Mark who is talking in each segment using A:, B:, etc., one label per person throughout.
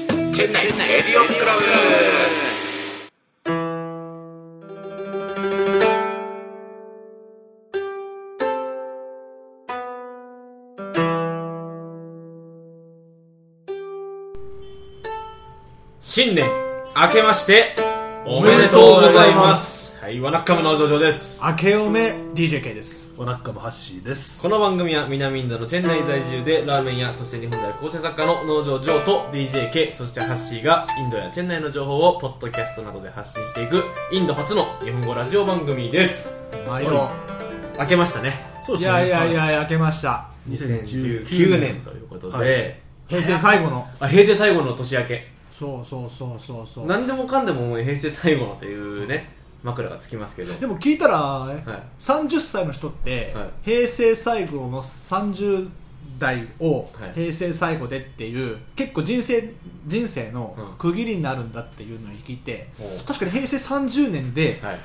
A: ナイレディオクラブ
B: 新年明けましておめでとうございますはいワナッカムの上場です
C: 明けおめ DJK です
D: おなっかもハッシーです。
B: この番組は南インドのチェンナイ在住でラーメン屋そして日本である構成作家の農場ジョーと DJK そしてハッシーがインドやチェンナイの情報をポッドキャストなどで発信していくインド初の日本語ラジオ番組です
C: 毎度
B: 明けましたね
D: そう
C: い
D: です
C: や
D: ね。
C: いやい
D: は、
C: や明けました
B: 2019年ということで、
D: はい
C: 平成最後の
B: あ平成最後の年明け
C: そうそうそうそうそう
B: 何でもかんでももう平成最後のっていうね枕がつきますけど
C: でも聞いたら、
B: はい
C: 30歳の人って、
B: はい
C: 平成最後の30代を
B: はい
C: 平成最後でっていう結構人生人生の区切りになるんだっていうのを聞いて、
B: うん
C: 確かに平成30年で
B: はい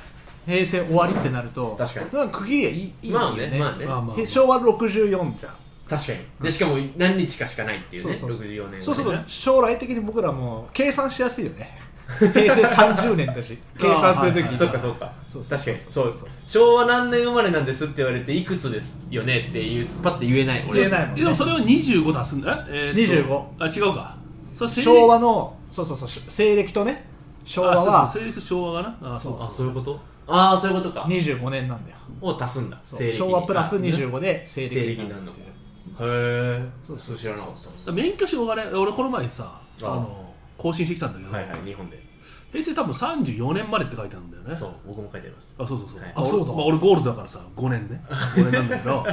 C: 平成終わりってなると
B: 確かに
C: なん区切りはいいいい
B: ま
C: よ
B: あね
C: ね,へ、
B: まあね
D: まあまあ
C: 昭和64じゃん
B: 確かにでしかも何日かしかないっていうね
C: そうそうそう
B: 64年
C: そうする
B: は
C: と
B: ね
C: 将来的に僕らも計算しやすいよね 平成30年だし計算するとき
B: あ
C: に
B: そっかそっか
C: そうそう
B: 確か
C: そう
B: にそうです昭和何年生まれなんですって言われていくつですよねっていうパッて言えない俺
C: 言えないもん
D: でも
C: ね
D: それを25足すんだ。えーとあ、違うか。そう
C: 昭和のそうそうそう西暦とね昭和
D: あ
C: は
D: そうそう西暦と昭和がな。あ、そう
B: あそういうことああそういうことか
C: 25年なんだよ
B: を足すんだ
C: そう
B: 西暦に
C: 昭和プラス
B: ね
C: 25で西
B: 西
C: 暦
B: 暦
C: に
B: に
C: な
B: なる
C: る
B: の
C: っ
B: か
C: て
B: へ
C: いう
B: え
C: そうそう
B: 知らなかっ
D: 免許証がね、俺この前さ、あ
B: ああ
D: の、更新してきたんだけど
B: た、はいはい日本で
D: 平成多分34年までって書いてあるんだよね。
B: そう僕も書いてあります
D: あ、そうそうそう
B: はい。
C: あそうだ
D: 俺まあ俺ゴールドだからさ、5年ね。5年なんだ けど。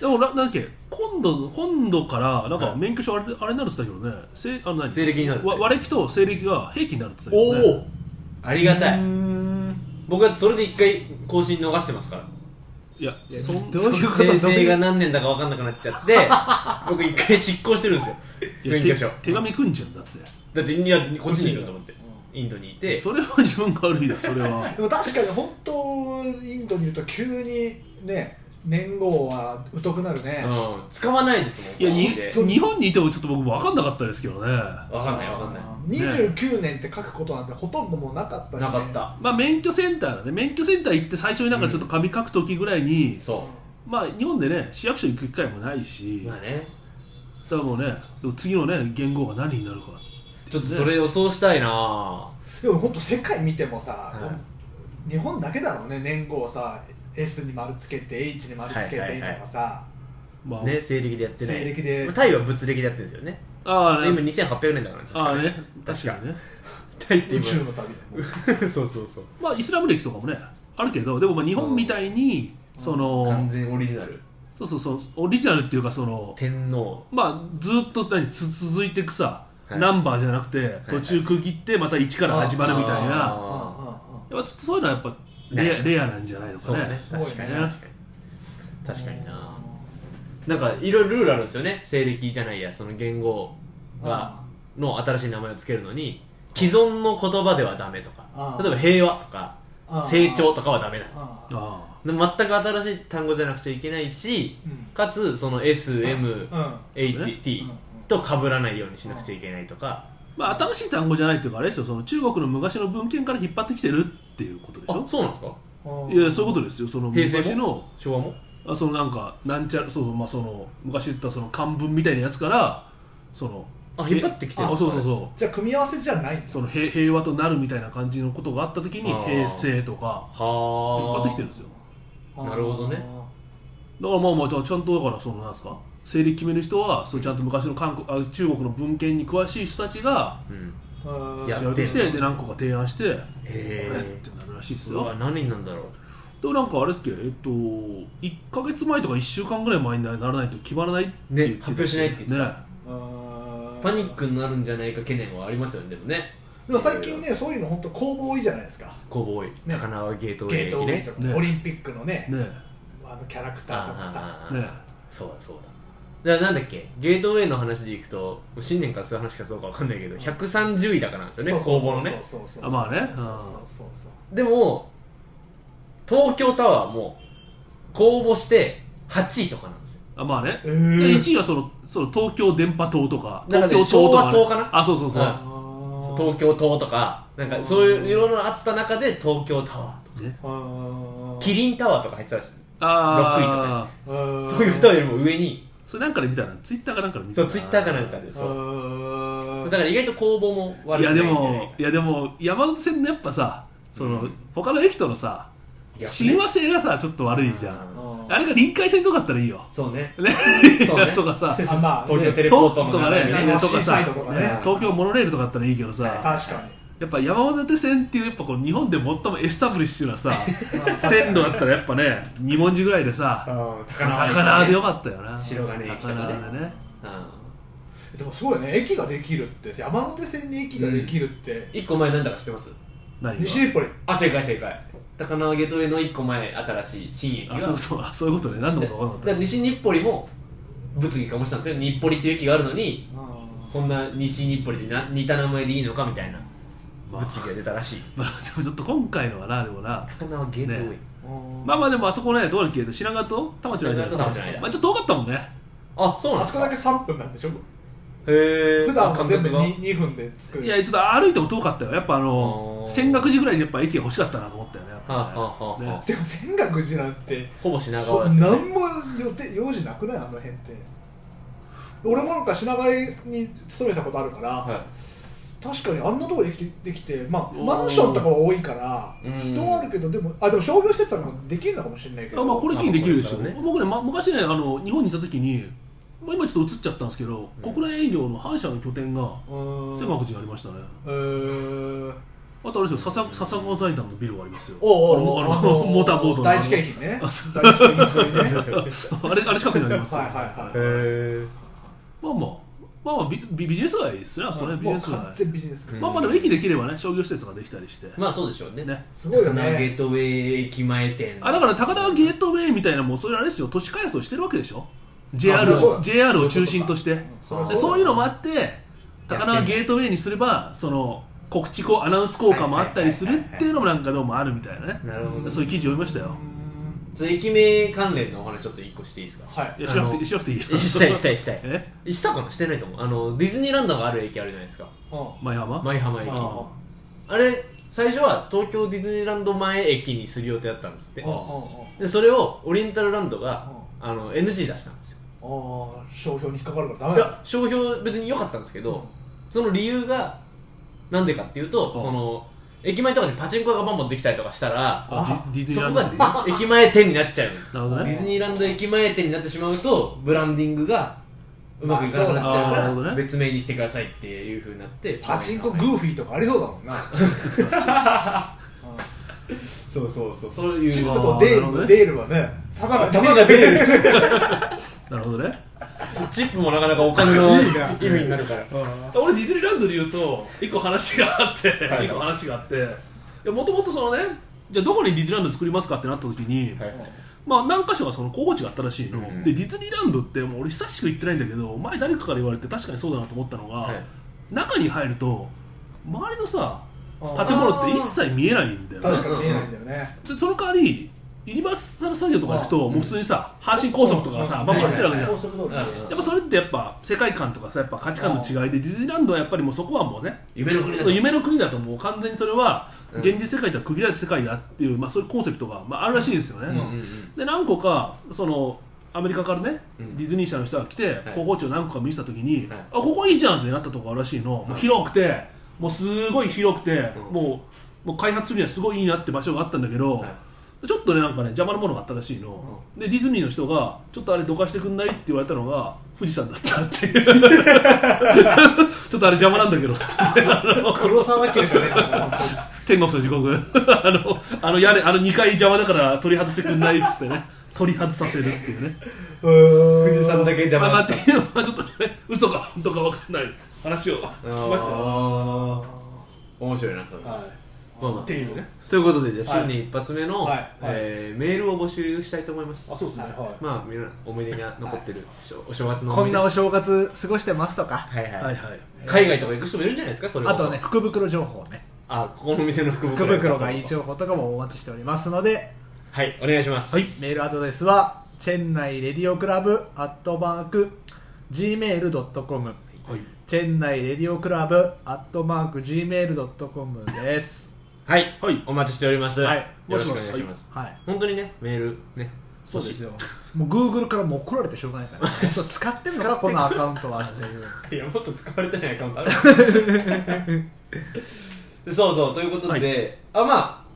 D: でもな、なんだっけ、今度、今度から、なん
B: は
D: か
B: い
D: 免許証あれあれになるって言ってたけどね、せあの何
B: 西暦になるって
D: わ和暦と西暦が平均になるって言
B: お
D: ってたけどね。
B: おありがた
C: うー
B: い
C: ん
B: 僕はそれで一回更新逃してますから
D: いや、
C: いや
D: そん
C: どういうこと
B: 平成が何年だか分かんなくなっちゃって僕一回執行してるんですよ
D: いや
B: 免許証
D: 手手紙くんじゃんだって
B: だっていやこっちにいるんだもんってインドにいて
D: それは自分が悪いだそれは
C: でも確かに本当インドにいると急にね年号は疎くなるね、
B: うん使わないですもん
D: いやに
B: で
D: 日本にいてもちょっと僕分かんなかったですけどね
B: 分かんない分かんない
C: 29年って書くことなんてほとんどもうなかったし、ね、
B: なかった
D: まあ免許センターだね免許センター行って最初になんかちょっと紙書く時ぐらいに、
B: そ
D: まあ日本でね市役所行く機会もないうし、
B: まあね
D: だからもうねでも次のね言語が何になるか
B: ちょっとそれ予想したいな
C: でも本当世界見てもさ、
B: は
C: 日本だけだろうね年号をさ S に丸つけて H に丸つけ
B: は
C: て
B: いはいはい
C: とかさ、
D: まあ、
B: ね西暦でやってない
C: 西暦で
B: タイは物暦でやってるんですよね
D: ああ
B: で
D: ね
B: 今2800年だから
D: ああね
B: 確
D: 確
B: か
D: か
B: に
D: にね
B: タイって
C: 宇宙
B: 今
C: の旅だもん
B: そうそうそう
D: まあイスラム歴とかもねあるけどでもまあ日本みたいに、その
B: 完全オリジナル
D: そうそうそうオリジナルっていうかその
B: 天皇
D: まあ、ずっと何つ続いていくさ、
B: はい
D: ナンバーじゃなくて途中区切ってまた1から始まるみたいなやっ
B: あ
C: う
D: ぱそういうのはやっぱレアレアなんじゃないの
B: ーそ
D: か
B: う
D: ね
B: ね
C: すごいね
B: 確かに確かに確かに
C: んうんうん
B: ななんかいろいろルールあるんですよね西暦じゃないやその言語がの新しい名前をつけるのに既存の言葉ではダメとか
C: うん
B: 例えば平和とか
C: うんうん
B: 成長とかはダメな
C: うんうん
D: あ
B: の全く新しい単語じゃなくちゃいけないし
C: うん
B: かつその
C: うん
B: SMHT と被らないようにしなくちゃいけないとか
D: あまあ、新しい単語じゃないっていうかあれですよその中国の昔の文献から引っ張ってきてるっていうことでし
B: あ
D: ょ
B: そうなんですか
C: うん
D: いやそういうことですよその
B: 平成も
D: 昔の
B: 昭和も
D: あそのなんかなんちゃらそうそう、まあ、その昔言ったその漢文みたいなやつからその
B: あ引っ張ってきてる
D: あそうそうそ
C: じゃあ組み合わせじゃないん
D: う
C: だ
D: その平平和となるみたいな感じのことがあった時に
B: あー
D: 平成とか引っ張
B: はあ
D: ってきてるんですよ
B: なるほどね
D: だからまあまあちゃんとだからそのなんですか整理決める人はそうちゃんと昔の韓国あ中国の文献に詳しい人たちが
B: うん
C: うん
B: いや
D: 調べてきて
B: やってんの
D: で何個か提案してこ
B: へ
D: れっ
B: え
D: てなるらしいです
B: うわ
D: よ
B: 何人なんだろう
D: でもなんかあれですっけどえっと1か月前とか1週間ぐらい前にならないと決まらないって言って
B: ね発表しないって言って
D: ね
C: うん
B: パニックになるんじゃないか懸念はありますよねでもね
C: でも最近ねそういうの本当公募多いじゃないですか
B: 工房多い
C: ね
B: 高輪ゲートウ
C: ゲ
B: ェイ
C: ートウ
B: 駅
C: ェイ
B: ね
C: とか、
D: ね
C: オリンピックのね
D: ね
C: あのキャラクターとかさ
B: あ
D: ね
B: あそうだそうだだからなんだっけゲートウェイの話でいくともう新年からそういう話かそうかわかんないけど130位高なんですよね
C: そう
B: 工
C: そう
B: 房のね
C: そうそうそう
D: あまあね
C: そうそうそう
B: でも東京タワーも公募して8位とかなんですよ
D: あまあね
C: え
D: で
C: ー
D: 1位はそのその東京電波塔とか
B: なん
D: 東
B: かね
D: 京塔とか、
B: 昭和塔かな
D: あそうそうそう
B: うん
C: あ
B: 東京塔とかなんかそういういろいろあった中で東京タワーとか
D: ね
C: あー
B: キリンタワーとか入ってたらしい
D: ああ
C: あー
B: 東京タワーよりも上に
D: それなんかで見たなツイッターかなんかで見
B: そ
D: たな
B: うツイッターかなんかで
C: あ
B: そう
C: ー
B: だから意外と公募も悪
D: い
B: くな
D: や
B: いんじ
D: で
B: ゃないか
D: もいやでも山手線のやっぱさその、他の駅とのさ
B: いや
D: 親和性がさちょっと悪いじゃん、
C: あ
D: あれが臨海線とかだったらいいよ、
B: そうね
D: ね
B: そうね
D: とかさ
C: ーあまあ、ね、
B: 東京テレポートも
D: 東とかね
B: 流れ
C: ね
D: とか
C: シーサ
D: さ
C: イドとかね
D: 東京モノレールとかだったらいいけどさ
C: 確か
D: やっぱ山手線っていうやっぱこう日本で最もエスタブリッシュなさ線路だったらやっぱね二文字ぐらいでさ
B: うん高輪
D: 高輪でよ
B: っ
D: かったよな
B: 白金駅とか
D: 高
B: ね
D: 輪でね
C: にでもすごいね駅ができるって山手線に駅ができるって、
B: 一個前なんだか知ってます
D: 何
C: 西
D: が
C: 日暮里
B: あ正解正解高輪ゲートウェイの一個前新しい新駅が
D: あそういうことあそういうことね何のことか分かんなか
B: だ
D: った
B: から西日暮里も物議かもしたんですよ日暮里っていう駅があるのに
C: あ
B: そんな西日暮里でな似た名前でいいのかみたいな物議が出たらしい
D: まあ、でもちょっと今回のはなでもな
B: 高輪ゲートウェイ、
D: ねまあまあでもあそこねどうだっけ品川と田町の間
B: 品川と田町の間
D: まあちょっと遠かったもんね
B: あそうなん
C: あ
B: で
C: そ
B: す
C: こ
B: か
C: だけ3分なんでしょ
B: へえ
C: 普段は全部
B: が
C: 2, 2分で作る
D: いやちょっと歩いても遠かったよやっぱあの
B: あー
D: 泉岳寺ぐらいにやっぱ駅が欲しかったなと思ったよねやっぱね
B: はあはあはあ
D: ね
C: でも仙岳寺なんて
B: ほぼ品川ですよ
C: 何
B: ね
C: も予定用事なくないあの辺って俺もなんか品川に勤めたことあるから、
B: は
C: 確かにあんなとこできてできて、まあ、
D: おー
C: マンションとかは多いから
B: うん
C: 人はあるけどでもあでも商業施設とかもできるのかもしれないけど
D: あまあこれ気にできるでしょ、
B: あまあこれからね
D: 僕ね、ま、昔ねあの日本にいた時に、まあ、今ちょっと映っちゃったんですけど、
B: うん
D: 国内営業の反社の拠点が
C: うーん
D: 狭くにありましたね
C: うーん
D: あとあれですよ笹笹川財団のビルがありますよ
C: おうおうおう
D: あのあのモーターボートのあ
C: 第
D: の
C: 一景品ね
D: あ
C: 第
D: そ
C: 一景品そういうね
D: あれあれ近くにありますよ
C: はいはい
B: へ
C: はい
B: え
D: まあまあまあまあビビビジネス街ですねあそこねビジ
C: も
D: ネ
C: う
D: ス街
C: 完全ビジネス、
B: うん
D: まあまあでも駅できればね商業施設ができたりして、
B: まあそうでしょうね
D: ね
C: すご
B: 高
C: いよ
B: 輪ゲ
C: ね
B: ートウェイ駅前店
D: あだから高輪ゲートウェイみたいなもうそれあれですよ都市開発をしてるわけでしょ JR,
C: あそうだ
D: JR を中心として
C: そういうことか
D: で
C: ん
D: そういうのもあ
C: っ
D: って高輪ゲートウェイにすればその告知こアナウンス効果もあったりするっていうのもなんかどうもあるみたいなね
B: なるほど
D: そういう記事読みましたよ
B: ちょっと駅名関連のお話ちょっと一個していいですか
C: はい
D: いやしなく
B: あ
D: て
B: の
D: しなくていいよ
B: したいしたいしたい
D: え
B: したかなしてないと思うあのディズニーランドがある駅あるじゃないですか
C: う
D: 前浜、
B: 舞浜
C: ん
B: 駅
C: ま
B: あ
C: あ
B: れ最初は東京ディズニーランド前駅にする予定だったんですって
C: うんうんうん
B: でそれをオリエンタルランドがあの NG 出したんですよ
C: ああ商標に引っかかるからダメ
B: い
C: だ
B: や商標別に良かったんですけどその理由がなんでかっていうと
D: うん
B: その駅前とかにパチンコがバンバンできたりとかしたら
D: あディディズ
B: そ
D: ニーラ
B: こ
D: ンド
B: が駅前店になっちゃうんです
D: なるほ
B: デ
D: ど
B: ィ
D: ね
B: ズニーランド駅前店になってしまうとブランディングがうまくいかなくなっちゃう
D: まあそう
B: か
D: だ
B: ら
D: ね
B: 別名にしてくださいっていうふうになって
C: パチンコグーフィーとかありそうだもんなうん
B: そうそうそうそういう
C: チップ
D: う
C: とデ
D: あー
C: ー
D: なるほど
C: ル
D: ね
C: デールはね玉が
B: 玉が出る
D: なるほどね
B: チップもなかなかお金の
C: いいな
B: 意味になるから
C: うん
D: 俺ディズニーランドで言うと一個話があって
B: はい
D: 一個話があってもともとそのねじゃあどこにディズニーランド作りますかってなった時に、
B: はい
D: まあ、何箇所かその候補地があったらしいの、
B: うん
D: でディズニーランドってもう俺久しく行ってないんだけど前誰かから言われて確かにそうだなと思ったのが、
B: はい
D: 中に入ると周りのさ
C: あー
D: 建物って一切見えないんだよね
C: 確かに見えないんだよね
D: でその代わりユニバーサル・スタジオとか行くと、
B: ん
D: もう普通にさ阪神高速とかがさ、バンバン走ってるわけじゃん、
C: 高速道路ね
B: うん
D: やっぱそれってやっぱ世界観とかさやっぱ価値観の違いでディズニーランドはやっぱりもうそこはもうね
B: 夢の国だ
D: 夢の国だともう完全にそれは
B: うん
D: 現実世界とは区切られた世界だっていう、まあ、そういうコンセプトが、まあ、あるらしいんですよね、
B: うんうんうん
D: で何個かそのアメリカからね、
B: うん
D: ディズニー社の人が来て
B: い
D: 広報庁何個か見せた時に、
B: はい
D: あここいいじゃんってなったとこあるらしいの、もう広くてもうすごい広くて、
B: うん
D: もうもう開発するにはすごいいいなって場所があったんだけど、
B: は
D: ちょっとねなんかね邪魔なものがあったらしいの、でディズニーの人が「ちょっとあれどかしてくんない?」って言われたのが富士山だったっ ていう ちょっとあれ邪魔なんだけどっつってあの
C: 黒沢家じゃねえかな本
D: 天国と地獄 あのあの屋根あの2階邪魔だから取り外してくんないっつってね取り外させるっていうね
C: 当に
B: 富士山だけ邪魔
D: ま
B: だ
D: あ、
B: っ
D: って
B: た
D: いうのはちょっとね嘘か本当か分かんない話をしましたよ、
B: あー面白いなそれま
D: は
B: あま
D: い、っ
B: あ
D: ていうね
B: ということでじゃあ新年一発目の、
C: はいはい
B: えーメールを募集したいと思います
D: うですね、は
B: まあみんな思い出に残ってる、し ょお正月の
C: こ
B: 思
C: ん
B: い出
C: なお正月過ごしてますとか
B: はいはい
D: い、はいはい
B: 海外とか行く人もいるんじゃないですかそれこ
C: あ
B: そ
C: とね福袋情報ね
B: あここの店の福
C: 福
B: 袋
C: 袋がいい情報とかもお待ちしておりますので
B: はいお願いします
D: はい
C: メールアドレスはチェンナイレディオクラブアットマーク gmail.com
D: はい
C: 店内レディオクラブアットマーク Gmail.com です
B: はい、
D: はい
B: お待ちしております、
C: はい
B: よろしくお願いします
D: もしも
C: はい
B: 本当にねメールね
C: そうですよもう Google からもう怒られてしょうがないから、ね、そう使ってんのかこのアカウントはっていう
B: いやもっと使われてないアカウントあ るそうそうということで、あまあ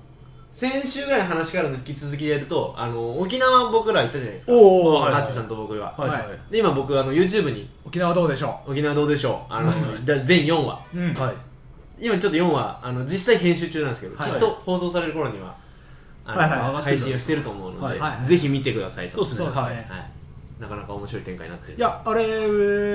B: 先週ぐらいの話からの引き続きでやるとあの沖縄僕ら行ったじゃないですか
C: おー
B: あ
D: はいはい
B: ハッシーさんと僕は、
D: はいはい
C: は
B: で今僕あの YouTube に
C: 沖縄どうでしょ
B: 沖縄どうでしょうあの
D: はいはい
B: だ全4話
C: う、うん
D: はい
B: 今ちょっと4話あの実際編集中なんですけど、
C: はい
B: ちょっと放送される頃にはあの
C: はいはい
D: はい
B: 配信をしてると思うので、
D: はい
C: はい
B: ぜひ見てくださいと
D: そうですね
C: そうですね
D: はい
B: はい、なかなか面白い展開になってる
C: いやあれえ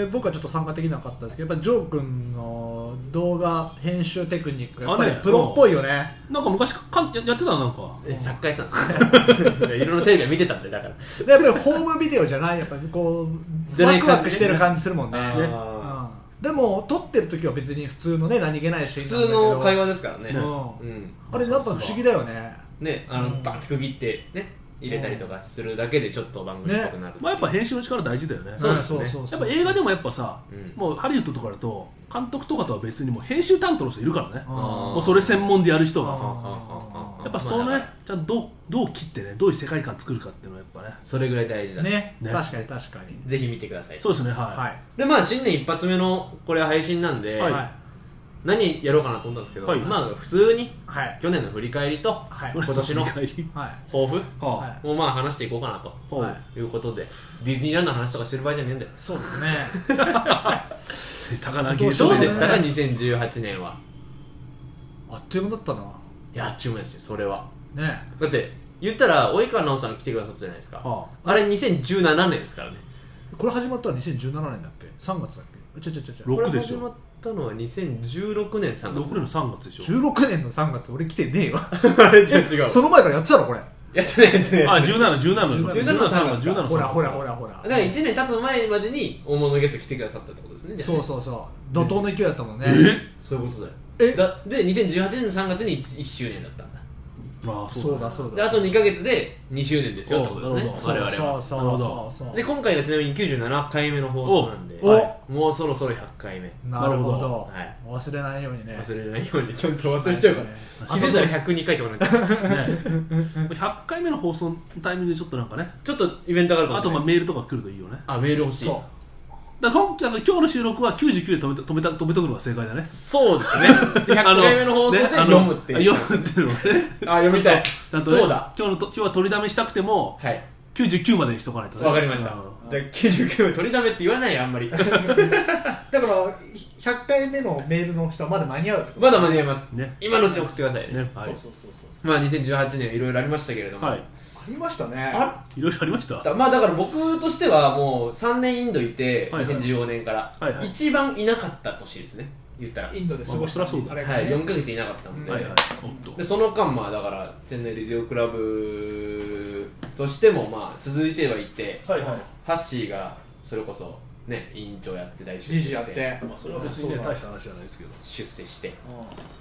C: ー僕はちょっと参加できなかったんですけどやっぱジョー君の動画編集テクニックやっぱり
D: あれ
C: プロっぽいよね
D: なんか昔かんややってたななんか
B: え作家やってたんです よいろんなテレビは見てたんでだから
C: でやっぱりホームビデオじゃないやっぱりこう
B: じゃな
C: ワ
B: い
C: ク
B: 感じね
C: ワクしてる感じするもんね
B: あ
C: ね
B: ー
C: うんでも撮ってる時は別に普通のね何気ないシーン
B: 普
C: なんだ
B: 通
C: けど
B: の会話ですからね、
C: うん
B: ん
C: あれなんか不思議だよね
B: ねあの、
C: うん
B: バッて区切ってね入れたりとかするだけでちょっと番組っぽくなる、
D: まあやっぱ編集の力大事だよね
B: そうですね
C: んそう
D: やっぱ映画でもやっぱさ、
B: うん
D: もうハリウッドとかだと監督とかとは別にもう編集担当の人いるからね
C: うん
B: も
D: もうそれ専門でやる人
C: う
D: が
C: ん
B: あー
D: やっぱその
B: まあ
D: ねちゃんとどうどう切ってねどういう世界観作るかっていうのはやっぱね
B: それぐらい大事だ
C: ね
D: ね
C: 確かに確かに
B: ぜひ見てください
D: そうですねはい、
C: はい
B: でまあ新年一発目のこれ配信なんで、
D: はい
B: 何やろうかなと思ったんですけど、
D: はい
B: まあ普通に
C: はい
B: 去年の振り返りと
C: はい
B: 今年の
D: 振り返り
C: はい
B: 抱負
D: は
C: は
B: をまあ話していこうかなと
D: い、は
C: はいい
B: いうことでディズニーランドの話とかしてる場合じゃねえんだよ
C: そうですね
D: 高菜芸
C: そ
D: 少
B: どう
C: う
B: で
C: で
B: し
C: す
B: た
C: ね
B: か2018年は
C: あっという間だったない
B: やあっちゅうもんですよそれは
C: ね
B: だって言ったら及川奈緒さん来てくださったじゃないですか、
D: は
B: あ、れ2017年ですからね
C: これ始まったのは2017年だっけ3月だっけちょちょちょちょ
D: ろ六でしょ
B: これ始まったのは2016年3
D: 6年
B: 月
D: の3月でしょ
C: 16年の3月俺来てねえわ
B: あれ違う違う
C: その前からやってたのこれ
B: やってないやってない
D: あ17、17の
B: 17の三月
D: 17の3月
C: ほらほらほらほら
B: だから1年経つ前までに大物ゲスト来てくださったってことですねじゃあね
C: そうそうそう怒涛の勢いだったもんね
B: そういうことだよ
C: え
B: だで2018年の3月に 1, 周年だったんだ
D: ああ
C: そうだそう
B: で
C: だ
B: あと2か月で2周年ですよ
D: お
B: ってことですね
D: な
B: 我々
C: そ
B: は
C: うそう
D: なるほ
C: そ
D: ど
C: うそう
B: で今回がちなみに97回目の放送なんで
C: お
B: はいもうそろそろ100回目
C: なるほ
D: なるほ
C: ど
B: はい
C: 忘れないようにね
B: 忘れないようにちょっと忘れちゃうから
C: は
B: 気
C: い
B: づいたら102回とかなっちゃう
D: ね、100回目の放送のタイミングでちょっとなんかね
B: ちょっとイベントがあるかも
D: あ
B: しれ
D: と
B: な
D: まあ
B: い
D: メールとか来るといいよね
B: あメール欲しい
C: そ
D: だから今だから今日の収録は99で止めた止めた止めとくのが正解だね
B: そうですね100回目の放送で
D: ねあ
B: 読むっていう
D: 読むっていうのはね
B: あ読みたい
D: ちゃんとね
B: そうだ
D: 今日のと今日は取りだめしたくても
B: はい
D: 99までにしとかないとね
B: わかりました
D: うん
B: じゃあ99分取りだめって言わないよあんまり
C: うだから100回目のメールの人はまだ間に合うってこと
B: まだ間に合います
D: ね
B: 今のうちに送ってくださいね
D: ねは
C: そう
D: い
C: そうそうそう
B: まあ2018年いろいろありましたけれども、
D: はい
C: ありましたね
B: あ
D: いろいろありました
B: だまあだから僕としてはもう3年インドいて、
D: はいはい
B: 2014年から、
D: はいはい
B: 一番いなかった年ですね言ったら、
C: インドで過ごした
D: まあそりゃそ
C: あ
D: うだ
C: れが
B: はい、4
C: ね
B: ヶ月いなかったもんで,、
D: はいはいおっと
B: でその間まあだからチェンナイレディオクラブとしてもまあ続いてはいて、
D: はいはい
B: ハッシーがそれこそね委員長やって大出世
C: 理
B: し
C: 事
B: て
C: やって
D: まあそれは別にね大した話じゃないですけど
B: 出世して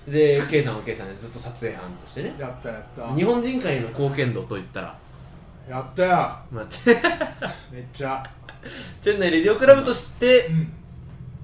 C: う
B: で K さんは K さんでずっと撮影班としてね
C: んやったやった
B: 日本人界の貢献度といったら、
C: やったよ
B: まあ、チ ェ
C: めっちゃ
B: チェンナイレディオクラブとして
C: うん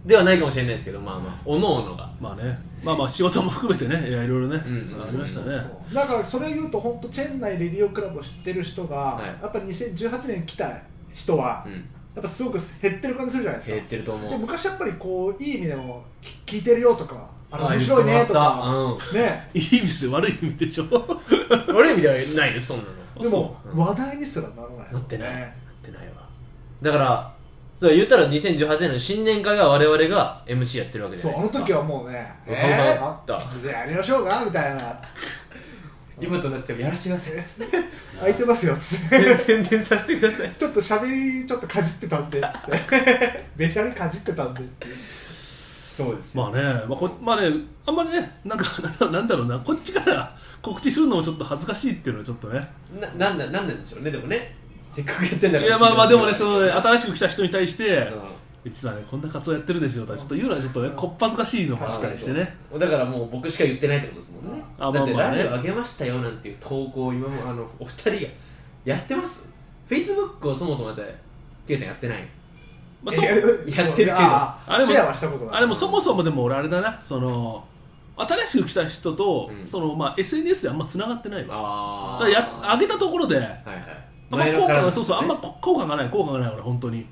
B: ではないかもしれないですけどまあまあおのおのが
D: まあねまあまあ仕事も含めてねいやいろいろ
B: うん
D: ね、ありましたね
C: そうだからそれ言うと本当チェン内レディオクラブを知ってる人が、
B: い
C: やっぱ2018年来た人は、
B: うん
C: やっぱすごく減ってる感じするじゃないですか
B: 減ってると思
C: で
B: う
C: 昔やっぱりこういい意味でもき聞いてるよとかあれ
B: あ
C: 面白いねと
B: 言っ
C: か
B: て、
C: ね
D: いい意味で悪い意味でしょ
B: 俺みたいはないですそんなの
C: でも
B: そう
C: 話題にすらならない、ね、
B: なってないなってないわだからだから言ったら2018年の新年会が我々が MC やってるわけじ
C: そ
B: ゃ
C: うあ
B: ない
C: の
B: ですか
C: 時はもうね
B: うん
C: えー、
B: あった
C: じゃあやりましょうかみたいな
B: 今となってもやらしてください
C: 空いてますよっつって
B: 宣伝させてください
C: ちょっと喋りちょっとかじってたんでっつってべしゃりかじってたんでっていう
B: そうですよ
D: まあね、まあこ、まあね、あんまりね、なんか、 なんなんだろうな、こっちから告知するのもちょっと恥ずかしいっていうのはちょっとね。
B: ななんだなんなんでしょうねでもねせっかくやってんだ
D: い
B: から
D: や、まあまあ、でもね、
B: 聞いて
D: そ
B: ほしい
D: のね、新しく来た人に対して
B: うん、
D: 実はね、こんな活動やってるんですよとは、ちょっと言うのはちょっとね、こっぱずかしいのもあったりしてね。
B: だからもう僕しか言ってないってことですもんね
D: あ
B: だって
D: まあまあ
B: ラ
D: ね
B: ジオ上げましたよなんていう投稿を今もあのお二人がやってますフェイスブックをそもそもだってケイさんやってない
D: まあ、
C: い
D: そ
C: ややってるけど
E: あ
D: あれも
C: シェアはしたことない
D: あでもそもそもでも俺あれだなその新しく来た人と、
B: うん
D: そのまあ、SNS であんまつながってない
B: あ
D: わだからや上げたところであ
B: あはいはい
D: んま効果
B: から
D: がそうそうあんまこ効果がない効果がない俺本当に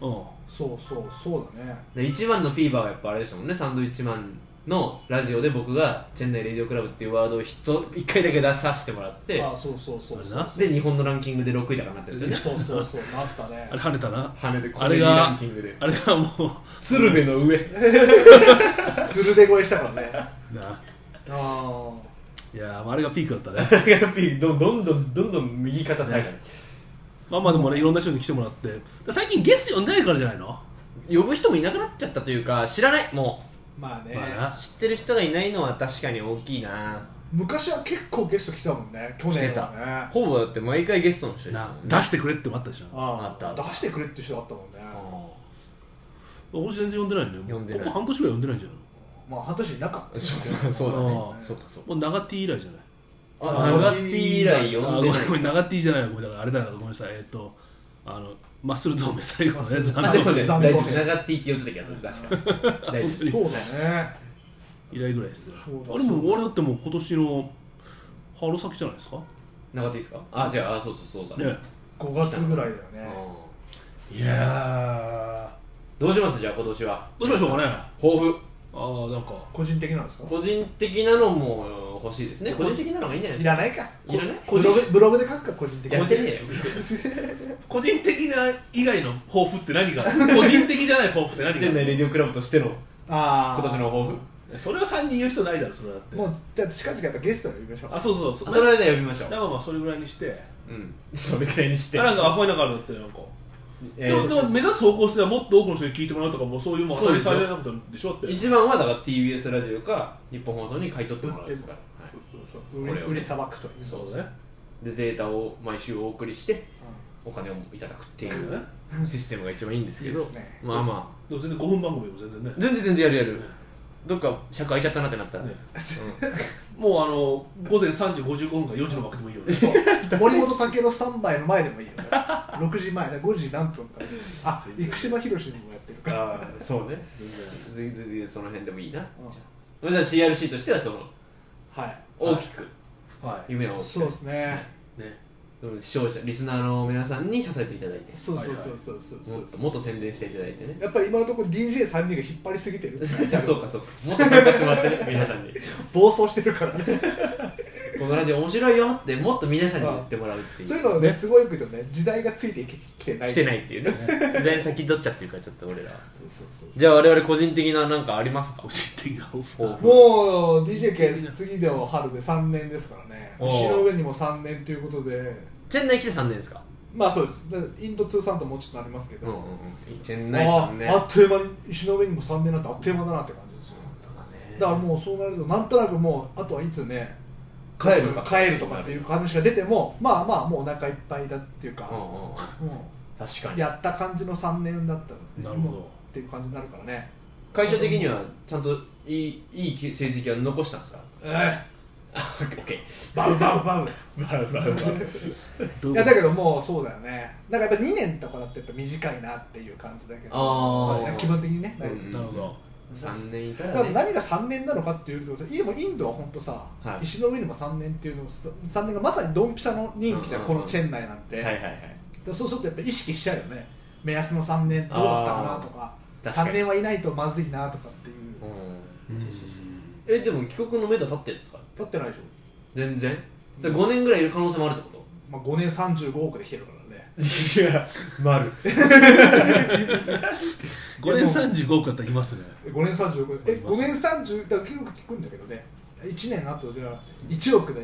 B: うん
D: うん
C: そうそうそうだね
B: で一番のフィーバーがやっぱあれでしたもんねサンドウィッチマンのラジオで僕が「チェンナイ・レディオ・クラブ」っていうワードをひと一回だけ出させてもらって
C: あそうそうそうそう
D: あれな
B: で日本のランキングで6位だからなってるんですよね
C: そうそうそうなったね
D: あれ跳ねたな
B: 跳ねてコ
D: あ
B: メ
D: れ
B: ディラン
D: が
B: キングで
D: あれがも
B: 鶴瓶の上
C: 鶴瓶越えしたからねあ
D: うな
C: あ
D: いやーあれがピークだったね
B: どどんどんどんどん右肩下が
D: まあまあでもねいろんな人に来てもらってだから最近ゲスト呼んでないからじゃないの
B: り呼ぶ人もいなくなっちゃったというか知らないも
C: まあね、
D: まあ
B: う
D: な
B: 知ってる人がいないのは確かに大きいな
C: 昔は結構ゲスト来たもんね去
B: 来
C: 年
B: て
C: は
B: た
C: ね
B: ほぼだって毎回ゲストの人でした
D: な
B: もんね
D: 出してくれってもあったじゃん
C: あ
B: あった
C: 出してくれって人あったもんね
D: 俺全然呼んでないのよ
B: 呼んでない
D: ここ半年ぐらい呼んでないんじゃない
C: まあ半年いなかった
B: そ
C: よね
B: うそうだね
D: あー
B: そうかそうか
D: もう長 T 以来じゃない
B: あ長 T 以来
D: あ
B: 呼
D: ご
B: んで
D: め
B: ない
D: んごめん長 T じゃないよごめんだからあれだからごめんなさいえっとあのマッスル同盟最後のやつあ
B: あで
D: の
B: もね、
C: 残
B: 大
C: 酷
B: 丈夫。長って言って呼んでた気がする、確かに。大丈夫です。
C: そうだね
D: 以来ぐらいですよ
C: そうだ
D: あれも俺だってもう今年の春先じゃないですかね
B: 長っていいですかあ、じゃあ、あそうそうそうだね。
C: 5月ぐらいだよ
B: う
C: ね
B: ん
D: いや
B: どうしますじゃあ、今年は。
D: どうしましょうかねあ
B: 抱負。
D: あなんか
C: 個人的なんですか
B: 個人的なのも欲しいですね。個人的なのがいいんじゃない
C: い
B: です
C: らないか
B: か。いらない
C: ブログブログで書くか個人的
B: やってねえよ。
D: 個人的な以外の抱負って何か個人的じゃない抱負って何
B: 年内レディオクラブとしての
C: ああ
B: 今年の抱負。
D: それは3人言う人ないだろそれだって
C: もうじゃあ近々やっぱゲスト呼びましょう
D: あそうそうそう
B: あそれはじゃあ呼びましょ
D: だか
B: う。
D: らまあそれぐらいにして
B: うん。それくらいにして。
D: あなんかアホいながらだってなんか
B: え
D: でもでも
B: ー
D: 目指す方向性はもっと多くの人に聞いてもらうとかもうそういうもん
B: そうですよ
D: されなかったんでしょって
B: 一番はだから TBS ラジオか日本放送に買い取ってもらうですから。はい
C: 売り
B: これをね
C: 売りさばくという
B: そうです
D: ね
B: ね。で、データを毎週お送りして、お金をいただくっていうシステムが一番いいんですけ
C: うん
B: ど
C: いいですね
B: まあま
D: でも全然5分番組も全然ね
B: あ全然全然やるやるどっか尺空いちゃったなってなったら、
D: ね もうあの午前3時55分から4時の枠でもいいよね
C: そう森本武のスタンバイの前でもいいよね6時前だ5時何分からあ生島ひろしにもやってるから
B: ああそうね全然全然その辺でもいいな
C: うん
B: じゃあ CRC としてはその
C: はい
B: 大きく
D: は
B: 夢を大きく
C: そうですね
D: ね
B: その視聴者リスナーの皆さんに支えていただいて
C: そうそうそうそうそう
B: もっともっと宣伝していただいて ね
C: やっぱり今のところ DJ3 人が引っ張りすぎてる
B: そうかそうかもっと参加してもらってね皆さん に
C: 暴走してる からね
B: このラジオ面白いよってもっと皆さんに言ってもらうっていう
C: そういうのをね都合よく言うとね時代がついてきてない
B: 来てないっていうね 時代に先取っちゃってるからちょっと俺らは
C: そうそうそう
B: じゃあ我々個人的ななんかありますか
D: 個人的な抱負
B: 抱負
C: もう DJK 次では春で3年ですからね
B: おう
C: 石の上にも3年ということで
B: チェンナイ来て3年ですか
C: まあそうですだインド通算ともうちょっとなりますけど、
B: チェンナイ
C: あ
B: さんね
C: あっという間に石の上にも3年なんてあっという間だなって感じですよだからもうそうなるとなんとなくもうあとはいつね
B: 帰るか
C: 帰るとかっていう話が出てもまあまあもうお腹いっぱいだっていうか
B: う、んうん
C: も
B: 確か
C: う
B: に
C: やった感じの3年だったので
D: なるほ
C: もう
D: ど
C: っていう感じになるからね
B: 会社的にはちゃんといいいい成績は残したんですか
C: え
B: あオッケー
C: えバウバウバウ
D: どう
C: い
D: いう
C: や
D: こ
C: だ
D: と
C: けどもうそうだよねなんかやっぱ2年とかだとやっぱ短いなっていう感じだけど
B: あー
C: 基本的にね、
B: うん
D: なるほど
B: 3年いた
C: だ
B: ら
C: から
B: ね
C: 何が3年なのかっていうとでもインドは本当さ、
B: はい
C: 石の上にも3年っていうのも3年がまさにドンピシャの人気じゃん、
B: うんうんうん
C: このチェン内なんて、
B: はいはいはい
C: でそうするとやっぱ意識しちゃうよね目安の3年どうだったかなとか
B: あー確かに
C: 3年はいないとまずいなとかっていう
B: うん
D: うん
B: えでも帰国の目処立ってるんですか
C: 立ってないでしょ、
B: 全然だから5年ぐらいいる可能性もあるってこ
C: まあ、5年35億で来てるからね
B: といや丸
D: 5年35億だったらいますね
C: 5年35億え5年30だから結構聞くんだけどね1年あとじゃあ1億で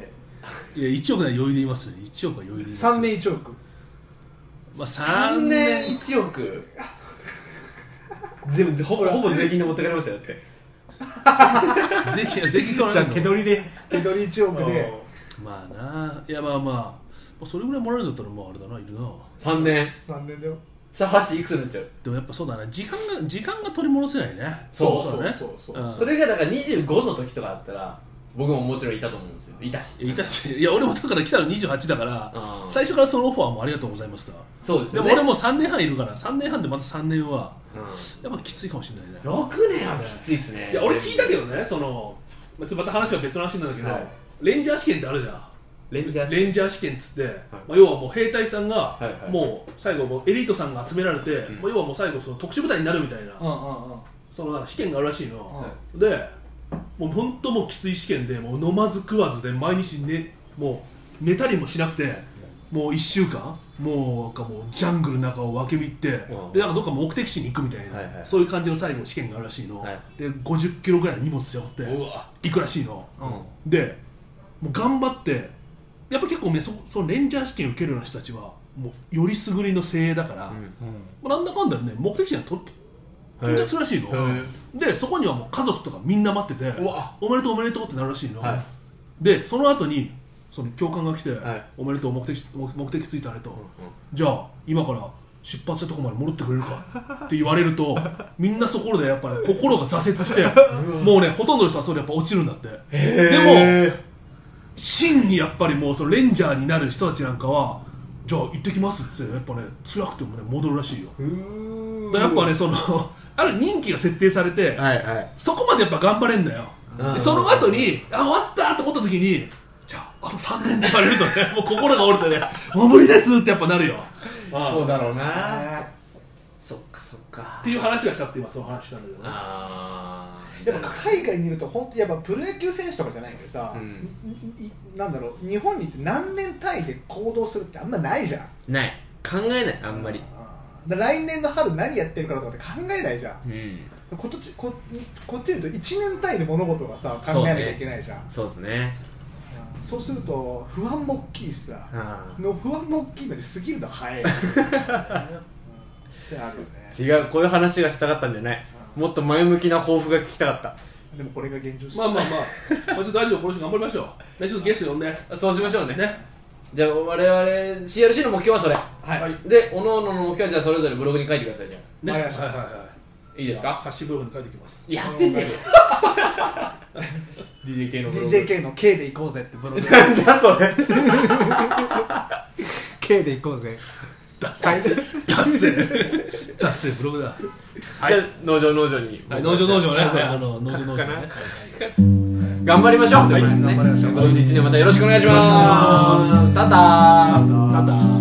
D: いや1億なら余裕でいますね1億は余裕でいます
C: 3年1億
D: まあ
B: 3
D: 3
B: 年
D: 年
B: 1億全部ほぼほぼ税金で持ってかれますよだって
D: 税金税金取られるの
C: りで手取り1億で
D: まあないやまあまあまあそれぐらいもらえるんだったらまああれだないるな
B: 3年
C: 3年だよ
B: さあ箸いくつになっちゃう
D: でもやっぱそうだね時間が時間が取り戻せないね
B: そう
D: だね
C: そうそうそう
B: それがだから25の時とかあったら僕ももちろんいたと思うんですよいたし
D: いやいたしいや俺もだから来たの28だから
B: あー
D: 最初からそのオファーもありがとうございました
B: そうです
D: で
B: よ
D: も
B: ね
D: 俺も3年半いるから3年半でまた3年は
B: う
D: やっぱきついかもしれないね
B: ん、6年はきついっすね
D: いや俺聞いたけどねそのまあちょっとまた話は別の話なんだけど、
B: はい
D: レンジャー試験ってあるじゃん
B: レンジャー
D: レンジャー試験っつって、まあ、要はもう兵隊さんが
B: はいはい
D: もう最後もうエリートさんが集められて、
B: ん
D: まあ、要はもう最後その特殊部隊になるみたいな、
F: うんうんうん
D: そのなんか試験があるらしいの、
F: は
D: でもう本当もうきつい試験でもう飲まず食わずで毎日、ね、もう寝たりもしなくてもう1週間もうなんかもうジャングルの中を分け入って、
B: うん
D: でなんかどっか目的地に行くみたいな、
B: はいはい
D: そういう感じの最後試験があるらしいの、
B: はい
D: で50キロぐらいの荷物背負って
B: うわ
D: 行くらしいの、
B: うん
D: でもう頑張ってやっぱ結構ねそそのレンジャー試験受けるような人たちはもうよりすぐりの精鋭だから、
B: うん
D: まあ、なんだかんだね目的地にはと到着するらしいの、
B: へ
D: でそこにはもう家族とかみんな待ってて
B: うわ
D: おめでとうおめでとうってなるらしいの、
B: はい
D: でその後にその教官が来て、
B: はい
D: おめでとう目的地目目的着いたねと、じゃあ今から出発したとこまで戻ってくれるかって言われる とみんなそこでやっぱね心が挫折してもうねほとんどの人はそれやっぱ落ちるんだってでも真にやっぱりもうそのレンジャーになる人たちなんかはじゃあ行ってきますっつってやっぱね辛くてもね戻るらしいよだからやっぱねその ある任期が設定されて
B: はいはい
D: そこまでやっぱ頑張れんだよ
B: うん
D: でその後にあ終わったと思った時にじゃああと3年って言われるとね もう心が折れてねもう無理ですってやっぱなるよああ
B: そうだろうな
F: あ
B: そっかそっか
D: っていう話がしたって今その話したんだけどね
B: あ
F: ー
B: ー
F: やっぱ海外にいると本当やっぱプロ野球選手とかじゃないけどさ、
B: うん
F: いいなんだろう日本に行って何年単位で行動するってあんまないじゃん
B: ない考えないあんまり
F: うんだから来年の春何やってるかとかって考えないじゃん
B: うん
F: こっちここっちにいると1年単位で物事がさ考えなきゃいけないじゃん
B: そうですね
F: うんそう,、すると不安も大きいしさ、
B: あ
F: の不安も大きいのに過ぎるの早いうんってあるよね
B: ー違うこういう話がしたかったんじゃないもっと前向きな抱負が聞きたかっ
F: でもこれが現状主義
D: まあまあまあ、まあ、ちょっとラジオこの人頑張りましょう。ね、ちょっとゲスト呼んで。ね。
B: たそうしましょうねじゃあ我々 CRC の目標はそれ
F: はい、
D: はい
B: で各々の目標はじゃあそれぞれブログに書いてくださいじゃ
D: ね。
F: わ
D: はい
F: かりま
D: は
F: し
D: い
F: た
D: はい。
B: あいいですか
D: ハッシュブログに書いてきます。
B: やって ねえよ DJK のブログ
F: DJK の K で行こうぜってブログなんだそ れ K で行こうぜ
D: ダ
F: 最大
D: ッセー。ダッセーブログだ。はい
B: じゃあ農場農場に
D: はい、農場農場
B: は
D: ね。
B: い
D: あの、農場農場ね。はい
B: 頑張りましょう、はい、頑
F: 張りましょう
B: 今年一年またよろしくお願いしますタタ
F: タ
B: タタ